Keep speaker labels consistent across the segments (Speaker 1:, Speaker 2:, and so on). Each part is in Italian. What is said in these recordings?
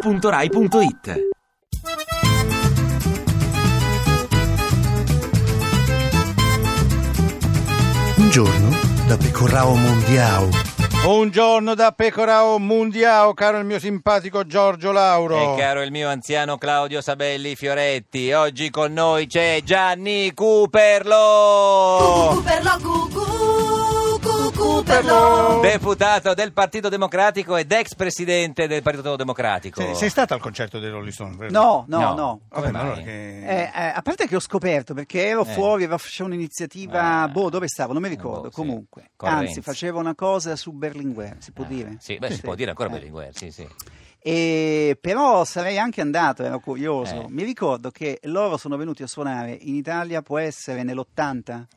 Speaker 1: radio2pod.rai.it
Speaker 2: Un giorno, da Pecorrao Mondiao,
Speaker 3: Un giorno da Pecorao Mundiao, caro il mio simpatico Giorgio Lauro.
Speaker 4: E caro il mio anziano Claudio Sabelli Fioretti, oggi con noi c'è Gianni Cuperlo,
Speaker 5: Cuperlo, cucù, cucù, perlo.
Speaker 4: deputato del Partito Democratico ed ex presidente del Partito Democratico.
Speaker 3: Sei, sei stato al concerto dei Rolling Stones? vero?
Speaker 6: No, no,
Speaker 4: No.
Speaker 6: no.
Speaker 3: Vabbè,
Speaker 4: ecco. Come
Speaker 3: ma
Speaker 4: mai?
Speaker 3: allora che...
Speaker 6: Eh, eh, a parte che ho scoperto perché ero
Speaker 4: Eh.
Speaker 6: fuori, avevo- facevo un'iniziativa,
Speaker 4: Ah.
Speaker 6: boh, dove stavo, non mi ricordo.
Speaker 4: Boh, sì.
Speaker 6: Comunque,
Speaker 4: Con Renzi.
Speaker 6: anzi, facevo una cosa su Berlinguer, si può
Speaker 4: Ah,
Speaker 6: dire?
Speaker 4: Sì, beh, si
Speaker 6: Sì.
Speaker 4: può dire ancora
Speaker 6: Eh.
Speaker 4: Berlinguer, sì, sì.
Speaker 6: E- però sarei anche andato, ero curioso.
Speaker 4: Eh.
Speaker 6: Mi ricordo che loro sono venuti a suonare in Italia, può essere nell'80.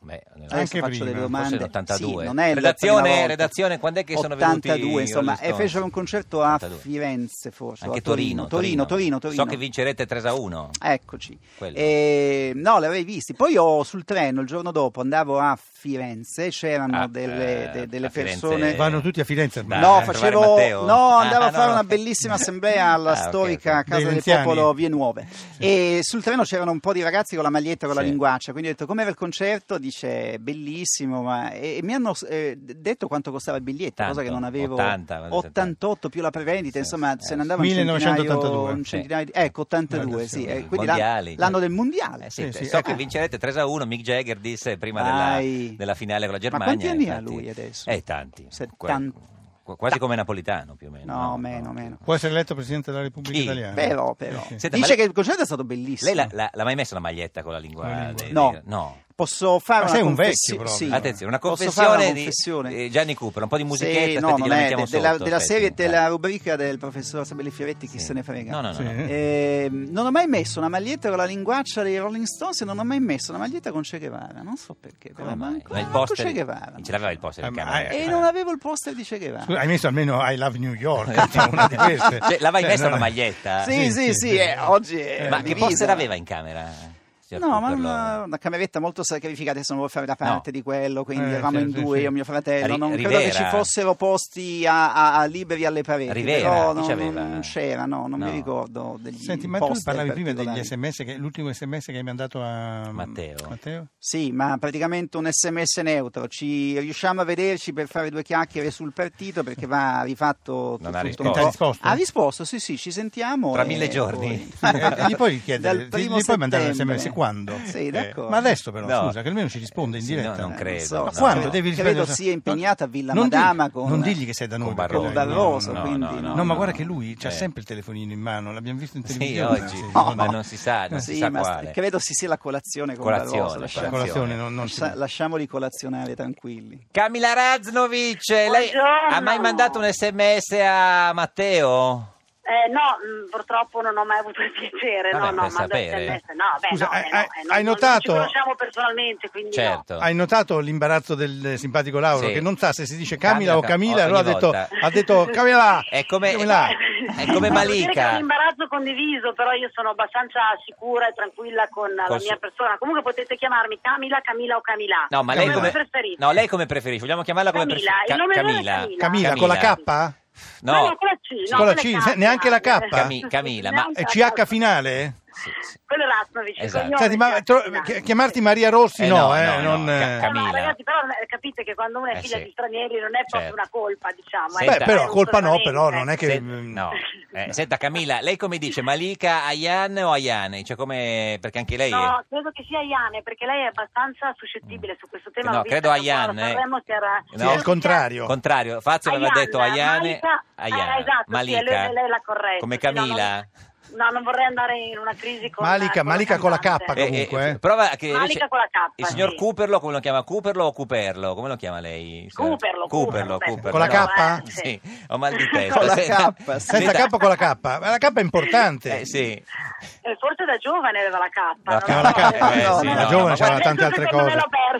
Speaker 4: Beh, non è-
Speaker 3: Eh, Anche
Speaker 6: Adesso faccio
Speaker 3: prima,
Speaker 6: delle
Speaker 4: forse
Speaker 6: domande.
Speaker 4: l'82.
Speaker 6: Sì, non è la
Speaker 4: Redazione-
Speaker 6: prima volta.
Speaker 4: redazione, quando è che sono venuti
Speaker 6: 82, insomma,
Speaker 4: Rolling
Speaker 6: e fecero un
Speaker 4: Stones?
Speaker 6: concerto a
Speaker 4: 82.
Speaker 6: Firenze, forse. o
Speaker 4: anche
Speaker 6: a Torino,
Speaker 4: Torino,
Speaker 6: Torino, Torino,
Speaker 4: So che vincerete 3 a 1.
Speaker 6: Eccoci.
Speaker 4: Quello.
Speaker 6: Eh, no, l'avrei visti. Poi ho sul treno il giorno dopo andavo a Firenze, c'erano
Speaker 4: Ah,
Speaker 6: delle, de-
Speaker 4: eh,
Speaker 6: delle
Speaker 4: a Firenze.
Speaker 6: persone.
Speaker 3: Vanno tutti a Firenze ormai. eh?
Speaker 4: a
Speaker 6: No,
Speaker 4: trovare
Speaker 6: facevo,
Speaker 4: Matteo?
Speaker 6: no, andavo
Speaker 4: Ah,
Speaker 6: a fare
Speaker 4: no.
Speaker 6: una bellissima assemblea alla
Speaker 4: Ah, ok,
Speaker 6: storica
Speaker 3: ok. Dei
Speaker 6: Casa del
Speaker 3: Renziani.
Speaker 6: Popolo Vie Nuove. E sul treno c'erano un po' di ragazzi con la maglietta, con la
Speaker 4: Sì.
Speaker 6: linguaccia. Quindi ho detto com'era il concerto? Dice bellissimo. Ma... E, e mi hanno eh, detto quanto costava il biglietto, cosa che
Speaker 4: Tanto,
Speaker 6: non avevo.
Speaker 4: 80, vabbè,
Speaker 6: 88 più la prevendita,
Speaker 4: Sì,
Speaker 6: insomma,
Speaker 4: sì,
Speaker 6: se
Speaker 4: eh,
Speaker 6: ne andava un
Speaker 3: 1982.
Speaker 6: centinaio, un centinaio di- Ecco, 82, sì. eh, quindi l'an-
Speaker 4: Mondiali.
Speaker 6: l'anno del mondiale.
Speaker 4: Eh sì,
Speaker 3: Sì, sì,
Speaker 4: so
Speaker 3: ecco.
Speaker 6: Ah.
Speaker 4: che vincerete 3 a 1. Mick Jagger disse prima
Speaker 6: Vai.
Speaker 4: della, della finale con la
Speaker 6: Ma
Speaker 4: Germania.
Speaker 6: quanti anni ha
Speaker 4: infatti-
Speaker 6: lui adesso?
Speaker 4: Eh, tanti.
Speaker 6: 70.
Speaker 4: Qua- Quasi come Napolitano, più o meno.
Speaker 6: No, meno, meno.
Speaker 3: Può essere eletto Presidente della Repubblica
Speaker 4: Chi?
Speaker 3: Italiana. Eh,
Speaker 6: Però, però.
Speaker 3: Sì, sì.
Speaker 4: Senta, ma
Speaker 6: Dice
Speaker 4: lei-
Speaker 6: che il concerto è stato bellissimo.
Speaker 4: Lei l'ha, l'ha- l'ha mai messa la maglietta con la lingua?
Speaker 3: Con la lingua.
Speaker 4: dei-
Speaker 6: No.
Speaker 4: dei- no.
Speaker 6: Posso fare
Speaker 3: Ma
Speaker 6: una
Speaker 3: sei un
Speaker 6: confessi-
Speaker 3: vecchio proprio.
Speaker 6: sì.
Speaker 4: Attenzione, una
Speaker 6: Posso
Speaker 4: confessione,
Speaker 6: fare una
Speaker 4: di-
Speaker 6: confessione?
Speaker 4: di Gianni Cooper, un po' di musichetta
Speaker 6: Sì,
Speaker 4: e
Speaker 6: no,
Speaker 4: te
Speaker 6: non
Speaker 4: la
Speaker 6: è,
Speaker 4: mettiamo
Speaker 6: de- della,
Speaker 4: sotto,
Speaker 6: della
Speaker 4: aspetti,
Speaker 6: serie
Speaker 4: dai.
Speaker 6: e della rubrica del professor Sabelli Fioretti, chi
Speaker 4: Sì.
Speaker 6: se ne frega.
Speaker 4: No, no, no.
Speaker 3: Sì.
Speaker 4: no.
Speaker 6: Ehm, non ho mai messo una maglietta con la linguaccia dei Rolling Stones e non ho mai messo una maglietta con Che Guevara, non so perché,
Speaker 4: Come
Speaker 6: però
Speaker 4: mai?
Speaker 6: manco,
Speaker 4: Ma il
Speaker 6: manco
Speaker 4: poster-
Speaker 6: Che Guevara.
Speaker 4: Ce l'aveva il poster in
Speaker 3: Eh, ma-
Speaker 4: camera.
Speaker 3: eh,
Speaker 6: E non avevo il poster di Che Guevara.
Speaker 3: Scusa, hai messo almeno I Love New York, cioè, una di queste.
Speaker 4: Cioè, l'aveva in
Speaker 3: Cioè,
Speaker 4: messa
Speaker 3: non
Speaker 4: una
Speaker 3: è-
Speaker 4: maglietta?
Speaker 6: sì, sì, sì,
Speaker 3: sì, sì.
Speaker 6: eh, oggi è
Speaker 4: Ma che
Speaker 6: divisa.
Speaker 4: poster aveva in camera? eh, signor
Speaker 6: No, ma
Speaker 4: Cooper,
Speaker 6: una,
Speaker 4: lo-
Speaker 6: una cameretta molto sacrificata, adesso non vuoi fare da parte
Speaker 4: Certo, No.
Speaker 6: di quello, quindi
Speaker 3: Eh,
Speaker 6: eravamo
Speaker 3: sì,
Speaker 6: in
Speaker 3: sì,
Speaker 6: due,
Speaker 3: sì.
Speaker 6: io e mio fratello,
Speaker 4: Ri-
Speaker 6: non credo
Speaker 4: Rivera.
Speaker 6: che ci fossero posti a, a- a liberi alle pareti,
Speaker 4: Rivera,
Speaker 6: però
Speaker 4: chi
Speaker 6: non,
Speaker 4: c'aveva?
Speaker 6: non c'era, no, non
Speaker 4: No.
Speaker 6: mi ricordo degli
Speaker 3: Senti, ma tu
Speaker 6: poster
Speaker 3: parlavi prima degli
Speaker 6: particolari.
Speaker 3: sms, che, l'ultimo sms che hai mandato a
Speaker 4: Matteo.
Speaker 6: Sì, ma praticamente un sms neutro, ci riusciamo a vederci per fare due chiacchiere sul partito perché va rifatto
Speaker 4: Non ha
Speaker 6: tutto un
Speaker 4: risposto.
Speaker 6: po'.
Speaker 3: Ha risposto?
Speaker 6: Ha risposto, sì, sì, ci sentiamo.
Speaker 4: Tra
Speaker 6: e
Speaker 4: mille giorni.
Speaker 6: poi-
Speaker 3: Eh, gli puoi
Speaker 6: Dal
Speaker 3: chiedere, gli,
Speaker 6: primo
Speaker 3: gli puoi mandare un
Speaker 6: settembre.
Speaker 3: sms quando?
Speaker 6: Sì,
Speaker 3: Eh,
Speaker 6: d'accordo.
Speaker 3: ma adesso però,
Speaker 4: No.
Speaker 3: scusa, che almeno ci risponde in
Speaker 4: Sì, no,
Speaker 3: diretta.
Speaker 4: non credo.
Speaker 6: Eh, non
Speaker 4: no.
Speaker 6: so,
Speaker 3: Quando
Speaker 6: credo-
Speaker 3: devi rispondere?
Speaker 6: credo sia impegnata a Villa
Speaker 3: Non digli-
Speaker 6: Madama con
Speaker 3: non digli che sei da noi
Speaker 4: con Barroso.
Speaker 3: perché-
Speaker 6: con Barroso,
Speaker 4: No, no,
Speaker 6: quindi
Speaker 4: no,
Speaker 6: no.
Speaker 3: No,
Speaker 4: no.
Speaker 3: ma guarda che lui ha
Speaker 4: Eh.
Speaker 3: sempre il telefonino in mano, l'abbiamo visto in
Speaker 4: Sì,
Speaker 3: televisione.
Speaker 4: oggi,
Speaker 3: sì.
Speaker 6: No,
Speaker 4: ma
Speaker 6: no.
Speaker 4: non si sa, non si
Speaker 6: Ah, Sì,
Speaker 4: sa
Speaker 6: ma sta-
Speaker 4: quale.
Speaker 6: credo si sia la colazione con
Speaker 4: Colazione,
Speaker 6: Barroso,
Speaker 3: La
Speaker 6: lasciamo-
Speaker 3: colazione non, non si-
Speaker 6: lascia- lasciamoli colazionare tranquilli.
Speaker 4: Camila Raznovic, lei
Speaker 7: Buongiorno.
Speaker 4: ha mai mandato un sms a Matteo?
Speaker 7: Eh, no, mh, purtroppo non ho mai avuto il piacere.
Speaker 4: Vabbè,
Speaker 7: no, no,
Speaker 4: per
Speaker 7: mando
Speaker 4: sapere.
Speaker 7: SMS. No, beh,
Speaker 3: Scusa,
Speaker 7: no,
Speaker 3: hai-
Speaker 7: eh, no,
Speaker 3: hai-
Speaker 7: eh, non-
Speaker 3: hai
Speaker 7: non
Speaker 3: notato-
Speaker 7: Ci conosciamo personalmente, quindi no.
Speaker 4: Certo.
Speaker 3: Hai notato l'imbarazzo del simpatico Lauro
Speaker 4: Sì.
Speaker 3: che non sa se si dice Camila o
Speaker 4: Camila,
Speaker 3: Camila, allora ha
Speaker 4: ogni
Speaker 3: detto,
Speaker 4: volta.
Speaker 3: ha detto Camila.
Speaker 4: È come,
Speaker 3: Camila.
Speaker 4: è come
Speaker 7: Devo dire che è un
Speaker 4: Malika.
Speaker 7: imbarazzo condiviso, però io sono abbastanza sicura e tranquilla con la
Speaker 4: Col
Speaker 7: mia
Speaker 4: su-
Speaker 7: persona. Comunque potete chiamarmi Camila, Camila o Camila.
Speaker 4: No, ma lei
Speaker 7: Come
Speaker 4: come,
Speaker 7: preferite.
Speaker 4: no, lei come preferisce? Vogliamo chiamarla come
Speaker 7: Camila,
Speaker 4: preferisce?
Speaker 7: il nome vero è
Speaker 4: Camila.
Speaker 3: Camila con la K?
Speaker 7: No, no,
Speaker 4: No,
Speaker 7: con la C,
Speaker 3: Sì,
Speaker 7: no,
Speaker 3: con la
Speaker 7: è
Speaker 3: C,
Speaker 7: Camila.
Speaker 3: se- neanche la K? Eh,
Speaker 4: Cami- Camila, ma-
Speaker 7: Neanche
Speaker 3: È
Speaker 7: la
Speaker 3: CH
Speaker 7: K.
Speaker 3: finale?
Speaker 4: sì, sì.
Speaker 7: Quello è Lasnovic, il
Speaker 4: Esatto.
Speaker 7: cognome
Speaker 3: Senti, ma
Speaker 7: è
Speaker 3: tro-
Speaker 7: Lasnovic.
Speaker 3: chi- chiamarti Maria Rossi
Speaker 4: Eh,
Speaker 3: no,
Speaker 4: no,
Speaker 3: eh,
Speaker 4: no, no,
Speaker 3: non,
Speaker 4: Ca-
Speaker 3: eh.
Speaker 4: Camila.
Speaker 7: No, ragazzi, però eh, capite che quando uno è
Speaker 4: Eh,
Speaker 7: figlia
Speaker 4: sì.
Speaker 7: di stranieri non è proprio
Speaker 4: Certo.
Speaker 7: una colpa, diciamo. eh,
Speaker 4: Senta.
Speaker 3: Beh, però
Speaker 7: è un
Speaker 3: colpa no,
Speaker 7: tormento,
Speaker 3: però non è
Speaker 7: eh.
Speaker 3: che mm.
Speaker 4: Se- no. Eh, senta Camilla, lei come dice Malika, Ayan o Ayane? Cioè come perché anche lei è
Speaker 7: No, credo che sia Iane, perché lei è abbastanza suscettibile su questo tema.
Speaker 4: Mm. No,
Speaker 7: Ho visto
Speaker 4: credo
Speaker 7: che un po'
Speaker 4: Ayane,
Speaker 7: a Sanremo si era-
Speaker 3: Sì,
Speaker 4: No.
Speaker 3: è il contrario.
Speaker 4: contrario. Fazio aveva
Speaker 7: Ayane,
Speaker 4: detto Ayane,
Speaker 7: Malika-
Speaker 4: Ayane.
Speaker 7: eh, esatto, sì,
Speaker 4: Malika.
Speaker 7: è lei- lei l'ha corretto,
Speaker 4: Come Eh,
Speaker 7: sì, no,
Speaker 4: Camila?
Speaker 7: No, non vorrei andare in una crisi con
Speaker 3: Malika- Malika con la
Speaker 7: cantante.
Speaker 3: K, Eh, comunque, eh.
Speaker 4: prova che
Speaker 7: Malika
Speaker 4: invece-
Speaker 7: con la K,
Speaker 4: Il signor
Speaker 7: sì.
Speaker 4: Cooperlo, come lo chiama? Cooperlo o Cooperlo? Come lo chiama lei? signora?
Speaker 7: Cooperlo,
Speaker 4: certo. Cooperlo,
Speaker 7: Cooperlo, beh. eh,
Speaker 4: Cooperlo.
Speaker 3: Con la K?
Speaker 4: No, Sì, ho mal di testa.
Speaker 6: Con la
Speaker 4: Senta-
Speaker 6: K, sì.
Speaker 3: Senza K con la K, ma la K è importante.
Speaker 4: Eh, sì.
Speaker 7: Eh, forse da giovane aveva la K.
Speaker 4: La K,
Speaker 7: non lo
Speaker 4: la
Speaker 7: so.
Speaker 4: K, eh, sì, no,
Speaker 7: la
Speaker 4: no, ma
Speaker 7: giovane
Speaker 4: guarda-
Speaker 7: c'era tante altre cose.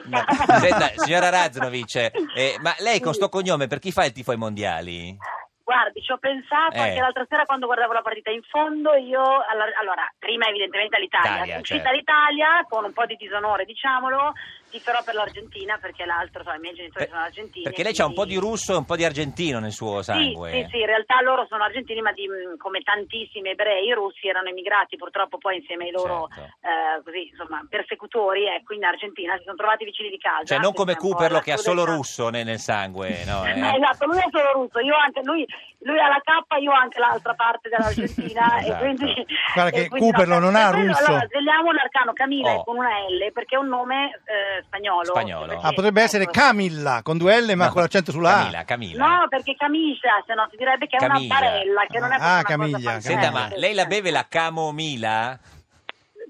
Speaker 4: Ma- Senta, signora Raznovic, eh, ma lei con sto cognome per chi fa il tifo ai mondiali?
Speaker 7: Guardi, ci ho pensato
Speaker 4: Eh.
Speaker 7: anche l'altra sera quando guardavo la partita in fondo, io alla- allora, prima evidentemente all'Italia,
Speaker 4: Italia,
Speaker 7: uscita
Speaker 4: certo.
Speaker 7: l'Italia con un po' di disonore, diciamolo, Tiferò per l'Argentina perché l'altro, insomma, i miei genitori
Speaker 4: Per-
Speaker 7: sono argentini.
Speaker 4: Eh, perché lei c'ha un po' di
Speaker 7: quindi-
Speaker 4: russo e un po' di argentino nel suo sangue.
Speaker 7: Sì, sì, sì, in realtà loro sono argentini, ma di- mh, come tantissimi ebrei, i russi erano emigrati purtroppo poi insieme ai loro
Speaker 4: Certo.
Speaker 7: eh, così, insomma, persecutori, ecco, in Argentina si sono trovati vicini di casa. eh,
Speaker 4: Cioè, non come
Speaker 7: Questa è un po'
Speaker 4: Cooperlo
Speaker 7: esatto, la
Speaker 4: che ha solo
Speaker 7: crudeltà.
Speaker 4: russo ne- nel sangue, no? eh.
Speaker 7: Eh, esatto, lui è solo russo, io anche, lui, lui ha la cappa, io ho anche l'altra parte dell'Argentina
Speaker 4: Esatto.
Speaker 7: e quindi...
Speaker 3: Guarda
Speaker 7: e
Speaker 3: che
Speaker 7: quindi
Speaker 3: Cooperlo non ha
Speaker 7: per quello,
Speaker 3: russo.
Speaker 7: Allora, svegliamo l'arcano Camilla
Speaker 4: Oh.
Speaker 7: con una L perché è un nome eh, spagnolo.
Speaker 4: Spagnolo.
Speaker 7: perché- ecco.
Speaker 3: Ah, potrebbe essere Camilla con due L ma
Speaker 4: No,
Speaker 3: con l'accento sulla A.
Speaker 4: Camilla, Camilla.
Speaker 7: No, perché camicia, se no si direbbe che è
Speaker 4: Camiglia.
Speaker 7: una barella, che non è
Speaker 3: Ah,
Speaker 7: proprio una
Speaker 3: Camiglia,
Speaker 7: cosa Eh,
Speaker 4: Senta,
Speaker 3: Camilla.
Speaker 4: ma
Speaker 7: francese.
Speaker 4: lei la beve la camomila?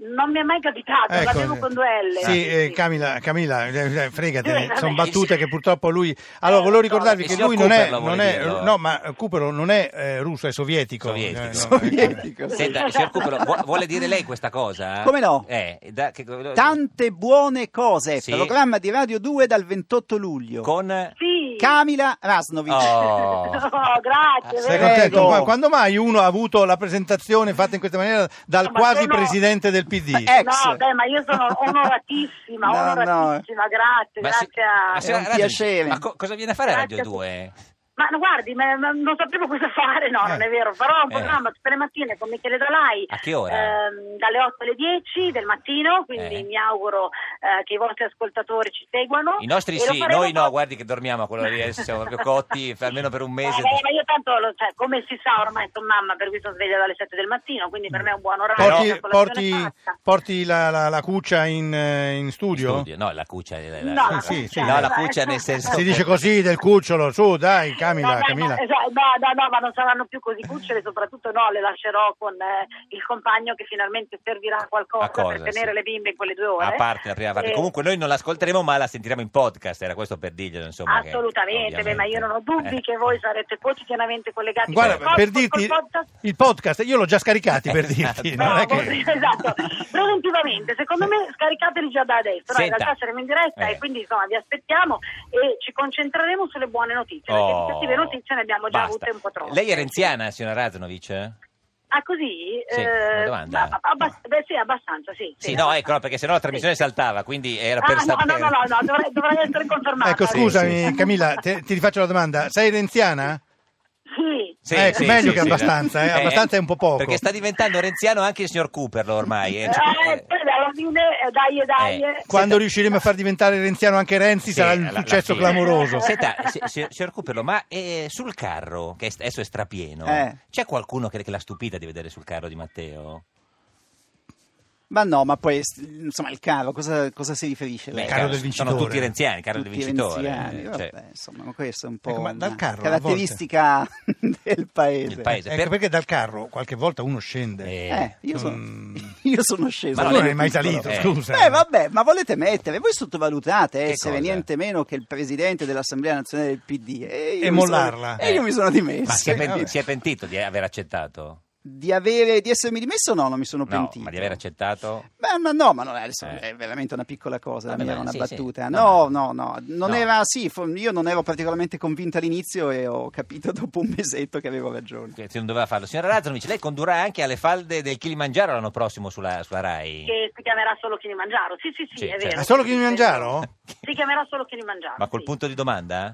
Speaker 7: Non mi è mai capitato,
Speaker 3: Ecco,
Speaker 7: l'avevo con due L.
Speaker 3: Sì, eh, Camilla, Camilla, eh, eh,
Speaker 7: Eh,
Speaker 3: fregatene,
Speaker 7: vabbè.
Speaker 3: sono battute che purtroppo lui... Allora, volevo ricordarvi
Speaker 4: Il
Speaker 3: che
Speaker 4: signor
Speaker 3: lui non è...
Speaker 4: Cooperlo
Speaker 3: non
Speaker 4: vuole
Speaker 3: è-
Speaker 4: dirlo.
Speaker 3: no, ma eh, Cooperlo non è eh, russo, è sovietico.
Speaker 4: Sovietico.
Speaker 3: Eh, no,
Speaker 6: Sovietico.
Speaker 4: Senta, signor Cupero, vu- vuole dire lei questa cosa?
Speaker 6: Come no?
Speaker 4: Eh, da- che-
Speaker 6: Tante buone cose,
Speaker 4: Sì.
Speaker 6: programma di Radio 2 dal 28 luglio.
Speaker 4: Con...
Speaker 7: Sì.
Speaker 6: Camila Rasnovic.
Speaker 4: Oh.
Speaker 7: Oh, grazie.
Speaker 3: Sei
Speaker 7: vero.
Speaker 3: contento?
Speaker 6: Prego.
Speaker 3: Ma quando mai uno ha avuto la presentazione fatta in questa maniera dal
Speaker 7: No, ma
Speaker 3: quasi
Speaker 7: sono-
Speaker 3: presidente del PD?
Speaker 6: Eh, ex.
Speaker 7: No, beh, ma io sono onoratissima,
Speaker 6: No, no.
Speaker 7: onoratissima, grazie,
Speaker 4: Ma si-
Speaker 7: grazie a...
Speaker 4: ma signora
Speaker 6: È un
Speaker 4: Radici,
Speaker 6: piacere.
Speaker 4: Ma co- cosa viene a fare a Radio
Speaker 7: Grazie a
Speaker 4: 2?
Speaker 7: Ma no, guardi, ma- ma non sapevo cosa fare, no,
Speaker 3: Eh.
Speaker 7: non è vero. Farò un
Speaker 4: Eh.
Speaker 7: programma tutte le mattine con Michele Dralai.
Speaker 4: A che ora?
Speaker 7: ehm, dalle 8 alle 10 del mattino, quindi
Speaker 4: Eh.
Speaker 7: mi auguro eh, che i vostri ascoltatori ci seguano.
Speaker 4: I nostri
Speaker 7: E lo
Speaker 4: sì,
Speaker 7: faremo
Speaker 4: noi no,
Speaker 7: con-
Speaker 4: guardi che dormiamo a quello lì, adesso siamo proprio cotti, per- almeno per un mese.
Speaker 7: Eh, beh, ma io tanto, lo- cioè, come si sa ormai sono mamma, per cui sono sveglia dalle 7 del mattino, quindi
Speaker 4: Mm.
Speaker 7: per me è un buon orario.
Speaker 3: Porti,
Speaker 7: una colazione
Speaker 3: porti,
Speaker 7: fatta.
Speaker 3: porti la, la- la cuccia in, eh, in studio?
Speaker 4: Studio, No, la cuccia. eh, la- la-
Speaker 7: No,
Speaker 4: la-
Speaker 3: sì, sì.
Speaker 4: no, la cuccia nel senso...
Speaker 3: Si
Speaker 4: che-
Speaker 3: dice così del cucciolo, su dai
Speaker 7: No,
Speaker 3: Camilla,
Speaker 7: dai,
Speaker 3: Camilla.
Speaker 7: no, esatto, no, no, no, ma non saranno più così cucciole, soprattutto no, le lascerò con eh, il compagno che finalmente servirà a qualcosa
Speaker 4: A cosa,
Speaker 7: per
Speaker 4: sì.
Speaker 7: tenere le bimbe in quelle due ore.
Speaker 4: A parte la prima parte.
Speaker 7: Eh,
Speaker 4: Comunque noi non l'ascolteremo, ma la sentiremo in podcast, era questo per dirglielo, insomma. che-
Speaker 7: Assolutamente, beh, ma io non ho dubbi
Speaker 4: Eh.
Speaker 7: che voi sarete quotidianamente collegati col
Speaker 3: Guarda,
Speaker 7: pod-
Speaker 3: per
Speaker 7: col
Speaker 3: dirti
Speaker 7: podcast.
Speaker 3: il podcast, io l'ho già scaricato per dirti,
Speaker 4: Esatto.
Speaker 3: non è
Speaker 7: No,
Speaker 3: che...
Speaker 7: voi- esatto, preventivamente, secondo me scaricateli già da adesso, no, in
Speaker 4: Senta.
Speaker 7: realtà saremo in diretta
Speaker 4: Eh.
Speaker 7: e quindi insomma vi aspettiamo e ci concentreremo sulle buone notizie, perché
Speaker 4: Oh,
Speaker 7: di cattive notizie ne abbiamo già
Speaker 4: basta.
Speaker 7: avute un po' troppe.
Speaker 4: Lei è renziana, signora Razanovic?
Speaker 7: Ah, così?
Speaker 4: Sì,
Speaker 7: Eh,
Speaker 4: una domanda.
Speaker 7: ma- ma- abbas- beh, sì, abbastanza, sì.
Speaker 4: Sì, no, ecco, no,
Speaker 7: abbastanza.
Speaker 4: perché sennò la trasmissione saltava, quindi era
Speaker 7: Ah,
Speaker 4: per
Speaker 7: no,
Speaker 4: sapere.
Speaker 7: no, no, no, no, dovrei, dovrei essere confermata.
Speaker 3: Ecco,
Speaker 7: Sì,
Speaker 3: scusami
Speaker 7: sì.
Speaker 3: Camilla, te- ti rifaccio la domanda. Sei renziana?
Speaker 7: Sì.
Speaker 3: Ecco, meglio che abbastanza, eh,
Speaker 4: dai.
Speaker 3: abbastanza è un po' poco.
Speaker 4: Perché sta diventando renziano anche il signor Cooperlo ormai. eh.
Speaker 7: Eh, poi alla fine, eh, dai, eh, dai.
Speaker 4: Eh,
Speaker 7: eh.
Speaker 3: Quando riusciremo a far diventare renziano anche Renzi
Speaker 4: Sì,
Speaker 3: sarà un
Speaker 4: la- la
Speaker 3: successo
Speaker 4: fine.
Speaker 7: eh.
Speaker 3: clamoroso.
Speaker 4: Senta, si- si- signor Cooperlo, ma eh, sul carro, che adesso è strapieno,
Speaker 6: Eh.
Speaker 4: c'è qualcuno che, che l'ha stupita di vedere sul carro di Matteo?
Speaker 6: Ma no, ma poi insomma il caro, cosa, cosa si riferisce?
Speaker 4: Beh,
Speaker 6: lei?
Speaker 3: carro del
Speaker 4: Sono
Speaker 3: vincitore.
Speaker 4: tutti renziani, il carro del
Speaker 6: Tutti
Speaker 4: vincitore.
Speaker 6: renziani,
Speaker 4: eh,
Speaker 6: vabbè,
Speaker 4: cioè,
Speaker 6: insomma, ma questo è un po'
Speaker 3: Ecco, ma dal
Speaker 6: una
Speaker 3: carro, a
Speaker 6: caratteristica del paese.
Speaker 4: il paese.
Speaker 3: Ecco
Speaker 4: Per-
Speaker 3: perché dal carro qualche volta uno scende.
Speaker 4: eh,
Speaker 6: Eh, io, sono,
Speaker 3: Mm.
Speaker 6: io sono sceso.
Speaker 4: Ma
Speaker 3: Ma
Speaker 4: no,
Speaker 3: tu non
Speaker 4: lei
Speaker 3: è mai
Speaker 4: piccolo.
Speaker 3: salito,
Speaker 4: Eh.
Speaker 3: scusa.
Speaker 6: Beh, vabbè, ma volete mettere, voi sottovalutate
Speaker 4: Che
Speaker 6: essere
Speaker 4: cosa?
Speaker 6: niente meno che il presidente dell'Assemblea Nazionale del PD e, io
Speaker 3: E
Speaker 6: mi sono-
Speaker 3: mollarla.
Speaker 6: e io mi sono dimesso. Eh,
Speaker 4: Ma si è, penti-
Speaker 3: vabbè.
Speaker 4: si è pentito di aver accettato?
Speaker 6: Di, avere, di essermi dimesso no, non mi sono
Speaker 4: No,
Speaker 6: pentito.
Speaker 4: ma di aver accettato?
Speaker 6: Beh, ma no, ma non è, adesso
Speaker 4: Eh.
Speaker 6: è veramente una piccola cosa,
Speaker 4: Vabbè,
Speaker 6: la mia
Speaker 4: ma
Speaker 6: era una
Speaker 4: sì, sì.
Speaker 6: battuta.
Speaker 4: No, ma-
Speaker 6: No, no, no, non
Speaker 4: no.
Speaker 6: era sì, fo- io non ero particolarmente convinta all'inizio e ho capito dopo un mesetto che avevo ragione.
Speaker 4: Che non doveva farlo. Signora Razanovic, lei condurrà anche alle falde del Kilimangiaro l'anno prossimo sulla, sulla RAI.
Speaker 7: Che si chiamerà solo Kilimangiaro. Sì, sì, sì,
Speaker 4: Sì,
Speaker 7: è
Speaker 4: certo.
Speaker 7: vero.
Speaker 3: Ma solo chi mangiaro?
Speaker 7: Si chiamerà solo Kilimangiaro.
Speaker 4: Ma col
Speaker 7: sì.
Speaker 4: punto di domanda?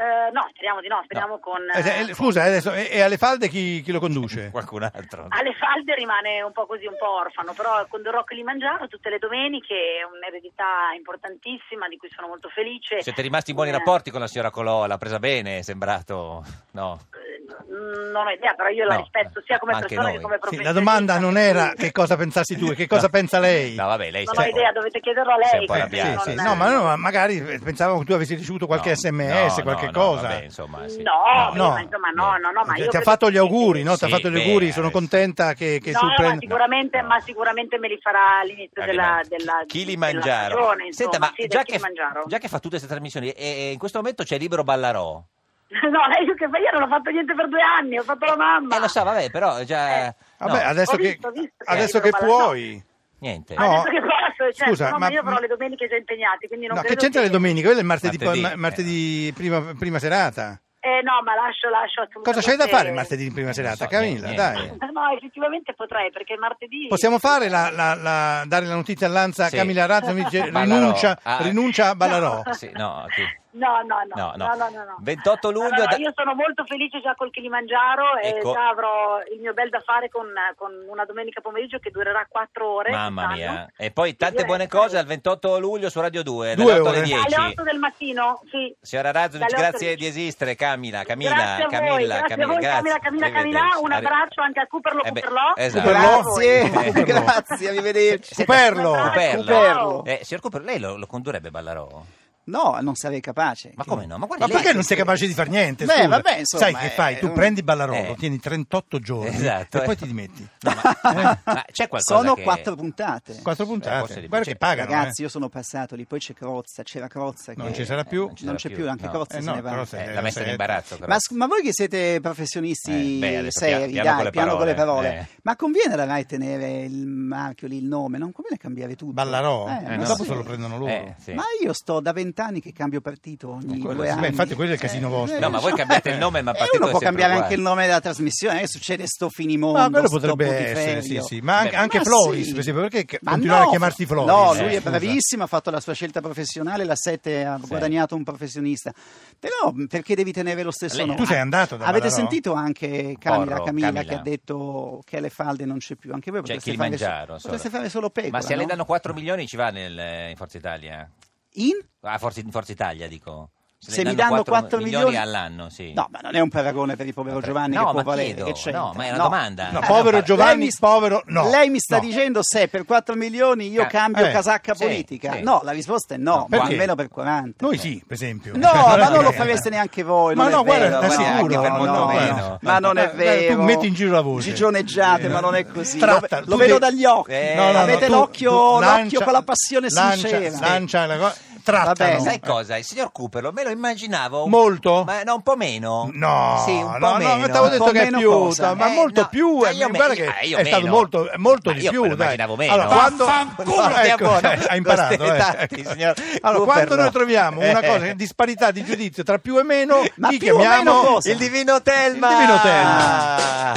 Speaker 7: Eh, no, speriamo di no, speriamo con... eh,
Speaker 3: scusa, eh, adesso, e, e alle falde chi, chi lo conduce?
Speaker 4: Qualcun altro?
Speaker 7: Alle falde rimane un po' così, un po' orfano, però condurrò Kilimangiaro tutte le domeniche, è un'eredità importantissima di cui sono molto felice.
Speaker 4: Siete rimasti in buoni
Speaker 7: Eh,
Speaker 4: rapporti con la signora Colò, l'ha presa bene, è sembrato, no?
Speaker 7: mm, Non ho idea, però io la
Speaker 4: No,
Speaker 7: rispetto sia come
Speaker 4: anche
Speaker 7: persona
Speaker 4: noi.
Speaker 7: che come
Speaker 3: Sì,
Speaker 7: professionista.
Speaker 3: la domanda non era che
Speaker 7: quindi
Speaker 3: cosa pensassi tu, e che cosa pensa lei?
Speaker 4: No, vabbè, lei
Speaker 7: Non
Speaker 4: si è
Speaker 7: ho
Speaker 4: un po'-
Speaker 7: idea, dovete chiederlo a lei.
Speaker 4: si è un po'
Speaker 7: quindi
Speaker 3: sì,
Speaker 4: arrabbiata.
Speaker 3: Eh, sì.
Speaker 7: non-
Speaker 3: No, ma no, ma magari pensavamo che tu avessi ricevuto qualche
Speaker 4: No,
Speaker 3: sms,
Speaker 4: no,
Speaker 3: qualche
Speaker 4: no,
Speaker 3: cosa.
Speaker 4: vabbè, insomma, sì.
Speaker 7: No,
Speaker 3: no,
Speaker 7: ma insomma, no, no, no, ma
Speaker 3: Ti-
Speaker 7: io
Speaker 3: ti ha
Speaker 7: credo
Speaker 3: fatto
Speaker 7: che-
Speaker 3: gli auguri, no? Ti ha
Speaker 4: Sì,
Speaker 3: fatto gli
Speaker 4: beh,
Speaker 3: auguri, sono
Speaker 4: adesso-
Speaker 3: contenta che, che
Speaker 7: no,
Speaker 3: tu
Speaker 7: ma
Speaker 3: prendi-
Speaker 7: sicuramente,
Speaker 4: No.
Speaker 7: ma sicuramente me li farà all'inizio della,
Speaker 4: Chi-
Speaker 7: della,
Speaker 4: chi li
Speaker 7: della
Speaker 4: mangiaro?
Speaker 7: stagione, insomma,
Speaker 4: Senta, ma
Speaker 7: sì, del
Speaker 4: già, che,
Speaker 7: Kilimangiaro.
Speaker 4: già che fa tutte queste trasmissioni, e- e in questo momento c'è Libero Ballarò.
Speaker 7: No, lei io, che, io non ho fatto niente per due anni, ho fatto la mamma.
Speaker 4: Eh, lo so, vabbè, però già...
Speaker 7: Eh.
Speaker 3: Vabbè,
Speaker 4: no,
Speaker 3: adesso Ah,
Speaker 7: Ho
Speaker 3: che,
Speaker 7: visto, ho visto che
Speaker 3: adesso
Speaker 7: hai
Speaker 3: che
Speaker 7: libero
Speaker 3: puoi.
Speaker 4: Niente.
Speaker 3: No,
Speaker 7: Adesso che posso, cioè,
Speaker 3: scusa,
Speaker 7: no, ma,
Speaker 3: ma-
Speaker 7: io però le domeniche già impegnate, quindi non
Speaker 3: No, che
Speaker 7: credo
Speaker 3: c'entra
Speaker 7: che-
Speaker 3: le domeniche? Quello è il martedì,
Speaker 4: Martedì,
Speaker 3: ma- martedì prima, prima serata.
Speaker 7: Eh, Eh, no, ma lascio, lascio
Speaker 3: Cosa
Speaker 7: assolutamente...
Speaker 3: c'hai da fare il martedì in prima
Speaker 4: Non
Speaker 3: serata,
Speaker 4: so,
Speaker 3: Camilla?
Speaker 4: niente, niente.
Speaker 3: Dai.
Speaker 7: No, effettivamente potrei, perché martedì...
Speaker 3: Possiamo fare la, la- la- dare la notizia all'Anza
Speaker 4: Sì.
Speaker 3: Camilla Razzo dice
Speaker 4: Ballarò.
Speaker 3: rinuncia,
Speaker 4: Ah.
Speaker 3: rinuncia a Ballarò.
Speaker 4: Sì, no, ok.
Speaker 7: No, no, no.
Speaker 4: Ah, No, no.
Speaker 7: no, no, no.
Speaker 4: 28 luglio
Speaker 7: No, no, no,
Speaker 4: da-
Speaker 7: Io sono molto felice già col Kilimangiaro
Speaker 4: Ecco.
Speaker 7: e già avrò il mio bel da fare con, con una domenica pomeriggio che durerà 4 ore.
Speaker 4: Mamma
Speaker 7: quest'anno.
Speaker 4: mia. E poi tante
Speaker 7: Direi,
Speaker 4: buone
Speaker 7: dai.
Speaker 4: cose al 28 luglio su Radio 2,
Speaker 3: Due
Speaker 4: dalle 8 alle
Speaker 3: ore.
Speaker 4: 10.
Speaker 7: Alle 8 del mattino, sì.
Speaker 4: Signora Razzovic,
Speaker 7: Dalle otto
Speaker 4: grazie
Speaker 7: alle
Speaker 4: di esistere, Camila, Camila,
Speaker 7: grazie a
Speaker 4: Camilla,
Speaker 7: voi, grazie
Speaker 4: Camilla,
Speaker 7: a voi,
Speaker 4: grazie.
Speaker 7: Camilla, Camilla, Camilla,
Speaker 4: Arrivederci.
Speaker 7: un
Speaker 4: Arri-
Speaker 7: abbraccio anche a Cuperlo,
Speaker 4: Eh beh,
Speaker 7: Cuperlo.
Speaker 4: esatto.
Speaker 3: Cuperlo.
Speaker 6: Grazie,
Speaker 4: Cuperlo.
Speaker 6: grazie, arrivederci.
Speaker 3: Cuperlo.
Speaker 4: Cuperlo.
Speaker 6: Cuperlo.
Speaker 4: Eh, signor Cooper, lei lo, lo condurrebbe Ballarò?
Speaker 6: No, non sarei capace.
Speaker 4: Ma come no? Ma guarda,
Speaker 3: Ma
Speaker 4: lei-
Speaker 3: perché non sei capace di far niente?
Speaker 6: eh, Beh,
Speaker 3: scusa?
Speaker 6: vabbè, insomma,
Speaker 3: Sai che fai?
Speaker 6: eh,
Speaker 3: Tu
Speaker 6: eh,
Speaker 3: prendi Ballarò, lo
Speaker 4: eh.
Speaker 3: tieni 38 giorni
Speaker 4: Esatto,
Speaker 3: e
Speaker 4: eh.
Speaker 3: poi ti dimetti.
Speaker 4: No, ma, eh, ma c'è qualcosa
Speaker 6: Sono
Speaker 4: che...
Speaker 6: quattro puntate.
Speaker 4: forse
Speaker 3: Quattro puntate.
Speaker 4: li-
Speaker 3: Guarda
Speaker 4: cioè,
Speaker 3: che pagano.
Speaker 6: Ragazzi,
Speaker 3: eh.
Speaker 6: io sono passato lì, poi c'è Crozza, c'era Crozza.
Speaker 3: Non
Speaker 6: che-
Speaker 3: ci sarà più.
Speaker 6: eh, Non c'è più, anche
Speaker 4: No.
Speaker 6: Crozza
Speaker 3: Eh,
Speaker 6: se
Speaker 3: no,
Speaker 6: ne va.
Speaker 3: Crozza-
Speaker 4: Eh, l'ha messa in
Speaker 3: Eh,
Speaker 4: imbarazzo, però.
Speaker 6: Ma, sc- ma voi che siete professionisti
Speaker 4: Eh, beh, adesso pia-
Speaker 6: seri,
Speaker 4: piano
Speaker 6: dai,
Speaker 4: con le
Speaker 6: piano con le
Speaker 4: parole,
Speaker 6: parole,
Speaker 4: eh.
Speaker 6: ma conviene la RAI tenere il marchio lì, il nome? Non conviene cambiare tutto?
Speaker 3: Ballarò?
Speaker 6: Eh,
Speaker 3: Eh,
Speaker 6: ma
Speaker 4: no.
Speaker 3: dopo
Speaker 6: sì.
Speaker 3: se lo prendono loro.
Speaker 4: Eh, sì.
Speaker 6: Ma io sto da vent'anni che cambio partito ogni
Speaker 4: quello
Speaker 6: due
Speaker 4: sì.
Speaker 6: anni.
Speaker 4: Beh,
Speaker 3: infatti quello è il casino vostro.
Speaker 4: No, ma voi cambiate il nome, ma
Speaker 6: Eh,
Speaker 4: partito
Speaker 6: uno
Speaker 4: è
Speaker 6: può
Speaker 4: sempre
Speaker 6: cambiare
Speaker 4: uguale.
Speaker 6: anche il nome della trasmissione, eh, succede sto finimondo,
Speaker 3: Ma quello
Speaker 6: sto
Speaker 3: potrebbe essere, sì,
Speaker 6: putiferio.
Speaker 3: sì. Ma anche,
Speaker 4: Beh,
Speaker 3: anche
Speaker 6: Ma
Speaker 3: Floris,
Speaker 6: sì.
Speaker 3: per esempio, perché che-
Speaker 6: Ma
Speaker 3: continuare
Speaker 6: no,
Speaker 3: a chiamarsi Floris?
Speaker 6: No,
Speaker 4: Eh,
Speaker 6: lui è
Speaker 3: scusa.
Speaker 6: bravissimo, ha fatto la sua scelta professionale, la 7 ha guadagnato un professionista. Però mh, perché devi tenere lo stesso
Speaker 4: Lei-
Speaker 6: nome? Ah,
Speaker 3: Tu sei andato da
Speaker 6: Avete
Speaker 3: Ballarò?
Speaker 6: sentito anche Camila,
Speaker 4: Porro,
Speaker 6: Camilla
Speaker 4: Camilla.
Speaker 6: che ha detto che alle falde non c'è più, anche voi
Speaker 4: Cioè,
Speaker 6: potreste, fare,
Speaker 4: Kilimangiaro,
Speaker 6: so-
Speaker 4: solo.
Speaker 6: potreste fare solo pecora,
Speaker 4: Ma se
Speaker 6: no?
Speaker 4: le danno 4 milioni ci va nel, eh, in Forza Italia?
Speaker 6: In?
Speaker 4: Ah, Forza, in Forza Italia, dico.
Speaker 6: Se,
Speaker 4: le
Speaker 6: mi danno 4,
Speaker 4: milioni, all'anno, sì.
Speaker 6: No, ma non è un paragone per il povero Giovanni
Speaker 4: no,
Speaker 6: che può
Speaker 4: ma
Speaker 6: valere.
Speaker 4: chiedo,
Speaker 6: che c'entra?
Speaker 4: no, ma è una domanda.
Speaker 3: No,
Speaker 4: Eh,
Speaker 3: povero
Speaker 4: no,
Speaker 3: Giovanni,
Speaker 6: lei mi-
Speaker 3: povero no.
Speaker 6: Lei mi sta
Speaker 3: No.
Speaker 6: dicendo se per 4 milioni io
Speaker 4: Eh,
Speaker 6: cambio
Speaker 3: eh,
Speaker 6: casacca
Speaker 4: sì,
Speaker 6: politica.
Speaker 4: sì.
Speaker 6: No, la risposta è no,
Speaker 3: perché?
Speaker 6: ma almeno per 40.
Speaker 3: Noi sì, per esempio.
Speaker 6: No,
Speaker 3: Cioè,
Speaker 6: ma
Speaker 3: è
Speaker 6: non lo
Speaker 3: che-
Speaker 6: fareste neanche voi.
Speaker 3: Ma
Speaker 6: non
Speaker 3: no,
Speaker 6: è
Speaker 3: guarda,
Speaker 6: vero,
Speaker 3: ti
Speaker 6: guarda,
Speaker 4: assicuro,
Speaker 6: anche per
Speaker 4: no,
Speaker 6: molto
Speaker 4: no,
Speaker 6: meno.
Speaker 4: no.
Speaker 6: Ma non è
Speaker 3: Guarda,
Speaker 6: vero.
Speaker 3: Tu metti in giro la voce.
Speaker 6: Gigioneggiate,
Speaker 3: Eh,
Speaker 6: ma non è così.
Speaker 3: tratta-
Speaker 6: lo lo
Speaker 3: tu
Speaker 6: vedo
Speaker 3: de-
Speaker 6: dagli occhi.
Speaker 4: Eh,
Speaker 3: No, no, no,
Speaker 6: Avete
Speaker 3: tu-
Speaker 6: l'occhio,
Speaker 3: tu
Speaker 6: l'occhio
Speaker 3: lancia-
Speaker 6: con la passione
Speaker 3: lancia,
Speaker 6: sincera.
Speaker 3: Lancia la cosa. Trattano.
Speaker 6: Vabbè,
Speaker 4: Eh, Sai cosa? Il signor Cooperlo me lo immaginavo. un-
Speaker 3: Molto?
Speaker 4: Ma no, un po' meno.
Speaker 3: No,
Speaker 4: sì, un
Speaker 3: no,
Speaker 4: po'
Speaker 3: no,
Speaker 4: meno.
Speaker 3: ma t'avevo
Speaker 6: Un
Speaker 3: detto
Speaker 6: po'
Speaker 3: che è
Speaker 6: meno
Speaker 3: più,
Speaker 6: cosa?
Speaker 3: no, ma
Speaker 4: Eh,
Speaker 3: molto
Speaker 4: no,
Speaker 3: più,
Speaker 4: ma
Speaker 3: eh,
Speaker 4: io
Speaker 3: mi
Speaker 4: me-
Speaker 3: guarda
Speaker 4: io- ah,
Speaker 3: che
Speaker 4: io
Speaker 3: è stato
Speaker 4: meno.
Speaker 3: molto, molto
Speaker 4: Ma
Speaker 3: di
Speaker 4: io
Speaker 3: più,
Speaker 4: me lo
Speaker 3: dai.
Speaker 4: immaginavo meno.
Speaker 3: Allora, quando
Speaker 4: Vaffanculo,
Speaker 3: Ah, ecco,
Speaker 4: Diavolo.
Speaker 3: eh, ha imparato,
Speaker 4: Queste
Speaker 3: eh,
Speaker 4: dati,
Speaker 3: ecco.
Speaker 4: signor
Speaker 3: Allora, quando
Speaker 4: Cooperlo.
Speaker 3: noi troviamo una cosa,
Speaker 4: Eh.
Speaker 3: disparità di giudizio tra più e meno,
Speaker 6: Ma
Speaker 3: chi
Speaker 6: più o meno
Speaker 3: chiamiamo?
Speaker 6: cosa?
Speaker 4: Il divino Telma.
Speaker 3: Il divino Telma.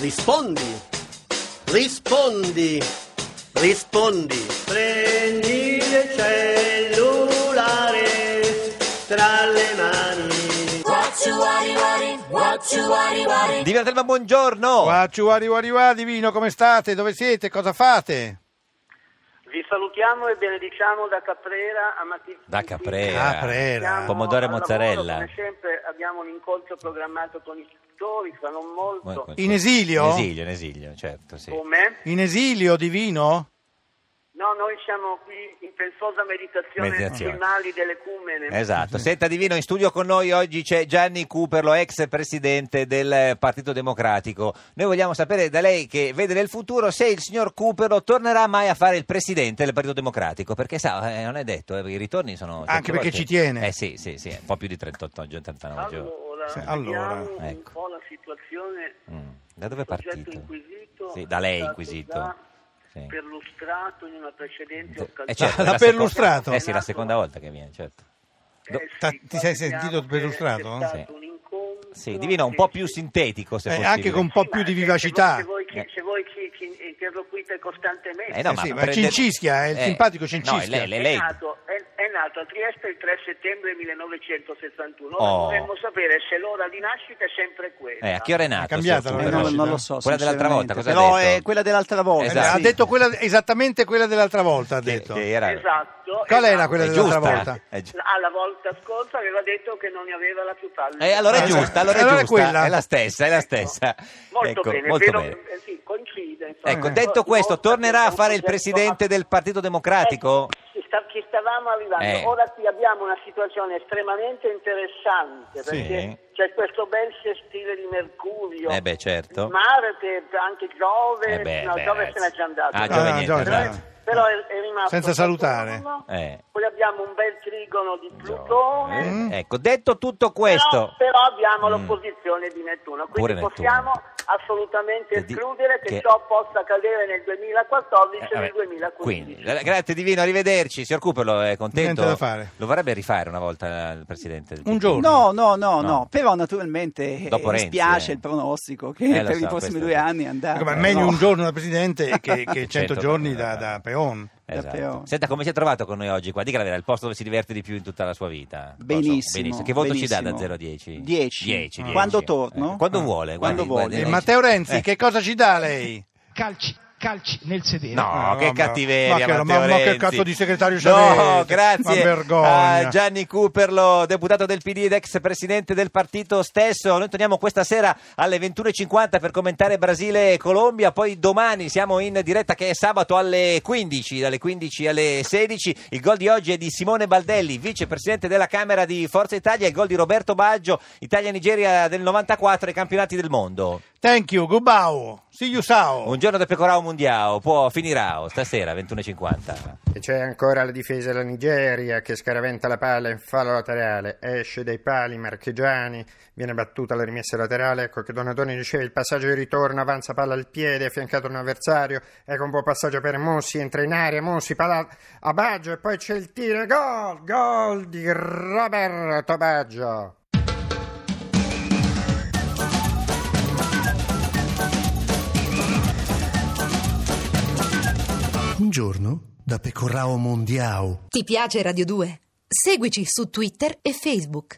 Speaker 1: Rispondi. Rispondi. Rispondi. Prendi il cellulare tra le mani.
Speaker 5: What you worry, worry, what you worry, worry.
Speaker 4: Divino Telma, buongiorno.
Speaker 3: Guacciu, guari, guari, guari, divino, come state? Dove siete? Cosa fate?
Speaker 1: Vi salutiamo e benediciamo diciamo da Caprera a Matizzi.
Speaker 4: Da Caprera.
Speaker 3: Caprera.
Speaker 1: Siamo
Speaker 4: Pomodoro e
Speaker 1: al lavoro,
Speaker 4: mozzarella.
Speaker 1: Come sempre abbiamo un incontro programmato con i tutori, fra non molto.
Speaker 3: In esilio?
Speaker 4: In esilio, in esilio, certo, sì.
Speaker 1: Come?
Speaker 3: In esilio, divino?
Speaker 1: No, noi siamo qui in pensosa meditazione,
Speaker 4: Meditazione.
Speaker 1: sui mali delle cumene.
Speaker 4: Esatto, senta Divino, in studio con noi oggi c'è Gianni Cuperlo, ex presidente del Partito Democratico. Noi vogliamo sapere da lei che vede nel futuro se il signor Cuperlo tornerà mai a fare il presidente del Partito Democratico, perché sa, eh, non è detto, eh, i ritorni sono... certe
Speaker 3: Anche perché
Speaker 4: volte-
Speaker 3: ci tiene.
Speaker 4: Eh sì, sì, sì, un po' più di 38 oggi, 89 giorni.
Speaker 1: Allora,
Speaker 3: Sì, allora,
Speaker 1: vediamo
Speaker 4: ecco.
Speaker 1: un po' la situazione.
Speaker 4: Mm, Da dove è
Speaker 1: Il soggetto
Speaker 4: partito?
Speaker 1: inquisito
Speaker 4: Sì, da lei
Speaker 1: è stato
Speaker 4: inquisito.
Speaker 1: già
Speaker 4: Sì.
Speaker 1: Perlustrato in una precedente occasione.
Speaker 4: Eh, certo,
Speaker 3: L'ha
Speaker 4: è la seconda-
Speaker 3: perlustrato?
Speaker 4: Eh sì, è la seconda volta che viene, certo.
Speaker 1: Eh sì,
Speaker 3: Ta- ti sei
Speaker 1: sappiamo
Speaker 3: sentito
Speaker 1: che
Speaker 3: perlustrato?
Speaker 1: c'è stato
Speaker 4: Sì.
Speaker 1: un incontro
Speaker 4: Sì, Divino, un po' più sintetico se
Speaker 3: Eh,
Speaker 4: possibile.
Speaker 3: anche con un po'
Speaker 1: Sì,
Speaker 3: più
Speaker 1: ma
Speaker 3: di
Speaker 1: se-
Speaker 3: vivacità.
Speaker 1: Se voi, se voi chi- se voi chi- chi interloquite costantemente.
Speaker 4: Eh no,
Speaker 3: Eh sì, ma
Speaker 4: prende- Eh,
Speaker 3: cincischia, è il simpatico cincischia.
Speaker 4: No, lei, lei,
Speaker 1: è,
Speaker 4: lei-
Speaker 1: Nato, è, è nato a Trieste il 3 settembre 1961. Ora
Speaker 4: Oh.
Speaker 1: Dovremmo sapere se l'ora di nascita è sempre quella.
Speaker 4: eh, a che ora è nato?
Speaker 3: È cambiata
Speaker 4: signor
Speaker 3: la
Speaker 6: Eh,
Speaker 4: Cooper?
Speaker 6: no,
Speaker 3: nascita?
Speaker 6: non lo so.
Speaker 4: Quella dell'altra volta, cosa
Speaker 6: sinceramente.
Speaker 4: ha
Speaker 6: Però
Speaker 4: detto?
Speaker 6: è quella dell'altra volta.
Speaker 4: Esatto.
Speaker 3: Ha
Speaker 6: sì.
Speaker 3: detto quella, esattamente quella dell'altra volta, ha
Speaker 4: Che-
Speaker 3: detto.
Speaker 4: che era-
Speaker 1: Esatto.
Speaker 3: Qual era
Speaker 1: esatto.
Speaker 3: quella
Speaker 4: È
Speaker 3: dell'altra
Speaker 4: giusta.
Speaker 3: volta?
Speaker 4: È giu-
Speaker 1: Alla volta scorsa aveva detto che non ne aveva la più pallida.
Speaker 4: Eh, allora è
Speaker 3: Eh,
Speaker 4: giusta, allora è
Speaker 3: allora è
Speaker 4: giusta.
Speaker 3: quella.
Speaker 4: È la stessa, è la stessa.
Speaker 1: Molto
Speaker 4: Ecco,
Speaker 1: bene, Eh.
Speaker 4: molto
Speaker 1: vedo-
Speaker 4: bene.
Speaker 1: eh, sì, coincide. insomma.
Speaker 4: Ecco, detto questo,
Speaker 1: Dimostra
Speaker 4: tornerà
Speaker 1: che
Speaker 4: a
Speaker 1: è un
Speaker 4: fare il
Speaker 1: soggetto
Speaker 4: presidente del Partito Democratico?
Speaker 1: Ci, sta- ci stavamo arrivando.
Speaker 4: Eh.
Speaker 1: Ora qui abbiamo una situazione estremamente interessante
Speaker 4: Sì.
Speaker 1: perché c'è questo bel sestile di Mercurio.
Speaker 4: Eh beh, certo.
Speaker 1: Mare che anche Giove,
Speaker 4: Eh beh,
Speaker 1: no,
Speaker 4: beh,
Speaker 1: Giove se n'è
Speaker 4: ragazzi.
Speaker 1: già andato.
Speaker 4: Ah,
Speaker 1: Eh,
Speaker 4: Giove
Speaker 3: Ah,
Speaker 4: niente,
Speaker 3: Giove,
Speaker 1: però,
Speaker 4: esatto.
Speaker 1: è, però è- è rimasto
Speaker 3: Senza salutare.
Speaker 1: Saturno.
Speaker 4: Eh.
Speaker 1: Poi abbiamo un bel trigono di Plutone.
Speaker 3: Mm.
Speaker 4: Eh, Ecco, detto tutto questo...
Speaker 1: Però, però abbiamo
Speaker 4: Mm.
Speaker 1: l'opposizione di Nettuno, quindi
Speaker 4: Pure Nettuno.
Speaker 1: possiamo assolutamente
Speaker 4: Che di-
Speaker 1: escludere che,
Speaker 4: che-
Speaker 1: ciò possa accadere nel
Speaker 4: Eh,
Speaker 1: 2014 e
Speaker 4: vabbè,
Speaker 1: nel 2015.
Speaker 4: quindi, la- grazie Divino, arrivederci. Signor Cuperlo, è contento?
Speaker 3: Niente da fare.
Speaker 4: Lo vorrebbe rifare una volta il Presidente? del
Speaker 3: Un
Speaker 4: PD?
Speaker 3: giorno.
Speaker 6: No, no, no, no,
Speaker 4: No.
Speaker 6: però naturalmente
Speaker 4: Dopo
Speaker 6: eh,
Speaker 4: Renzi,
Speaker 6: spiace
Speaker 4: eh.
Speaker 6: il pronostico che
Speaker 4: Eh, lo
Speaker 6: per
Speaker 4: so,
Speaker 6: i prossimi
Speaker 4: questo-
Speaker 6: due anni andrà.
Speaker 3: Ecco, ma è meglio
Speaker 6: no.
Speaker 3: un giorno da presidente che,
Speaker 4: Ah,
Speaker 3: che 100
Speaker 4: Cento
Speaker 3: giorni
Speaker 4: per-
Speaker 3: da, da peon.
Speaker 4: certo. Eh, Esatto.
Speaker 6: Davvero.
Speaker 4: Senta, come si è trovato con noi oggi qua? Dica la verità, il posto dove si diverte di più in tutta la sua vita. Posso-
Speaker 6: Benissimo,
Speaker 4: Che voto ci dà da
Speaker 6: benissimo.
Speaker 4: 0 a 10?
Speaker 6: 10.
Speaker 4: 10.
Speaker 6: Quando torno?
Speaker 4: Eh, quando
Speaker 6: Ah.
Speaker 4: vuole.
Speaker 6: Quando
Speaker 4: guardi,
Speaker 6: vuole.
Speaker 4: guardi,
Speaker 3: E
Speaker 4: lei-
Speaker 3: Matteo Renzi,
Speaker 4: Eh.
Speaker 3: che cosa ci dà lei?
Speaker 8: calci, calci nel sedere.
Speaker 4: No,
Speaker 3: Ah,
Speaker 4: che
Speaker 3: vabbè. Ma
Speaker 4: cattiveria,
Speaker 3: che- ma-
Speaker 4: Matteo
Speaker 3: ma che
Speaker 4: Renzi.
Speaker 3: cazzo di segretario ci
Speaker 4: No,
Speaker 3: avete?
Speaker 4: grazie
Speaker 3: Ma vergogna.
Speaker 9: Ah,
Speaker 4: a Gianni Cuperlo, deputato del PD ed ex presidente del partito stesso. Noi torniamo questa sera alle 21.50 per commentare Brasile e Colombia, poi domani siamo in diretta che è sabato alle 15, dalle 15 alle 16. Il gol di oggi è di Simone Baldelli, vicepresidente della Camera di Forza Italia, il gol di Roberto Baggio, Italia-Nigeria del 94 ai campionati del mondo.
Speaker 3: Thank you, goodbye, see you sao.
Speaker 4: Un giorno da Pecorao Mundiao, può finirao stasera 21.50.
Speaker 9: E c'è ancora la difesa della Nigeria che scaraventa la palla in fallo laterale, esce dai pali marchegiani, viene battuta la rimessa laterale, ecco che Donatoni riceve il passaggio di ritorno, avanza palla al piede, affiancato da un avversario, ecco un buon passaggio per Mossi, entra in aria, Mossi palla a Baggio e poi c'è il tiro, e gol, gol di Roberto Baggio.
Speaker 2: Un giorno da Pecorao Mondiao.
Speaker 10: Ti piace Radio 2? Seguici su Twitter e Facebook.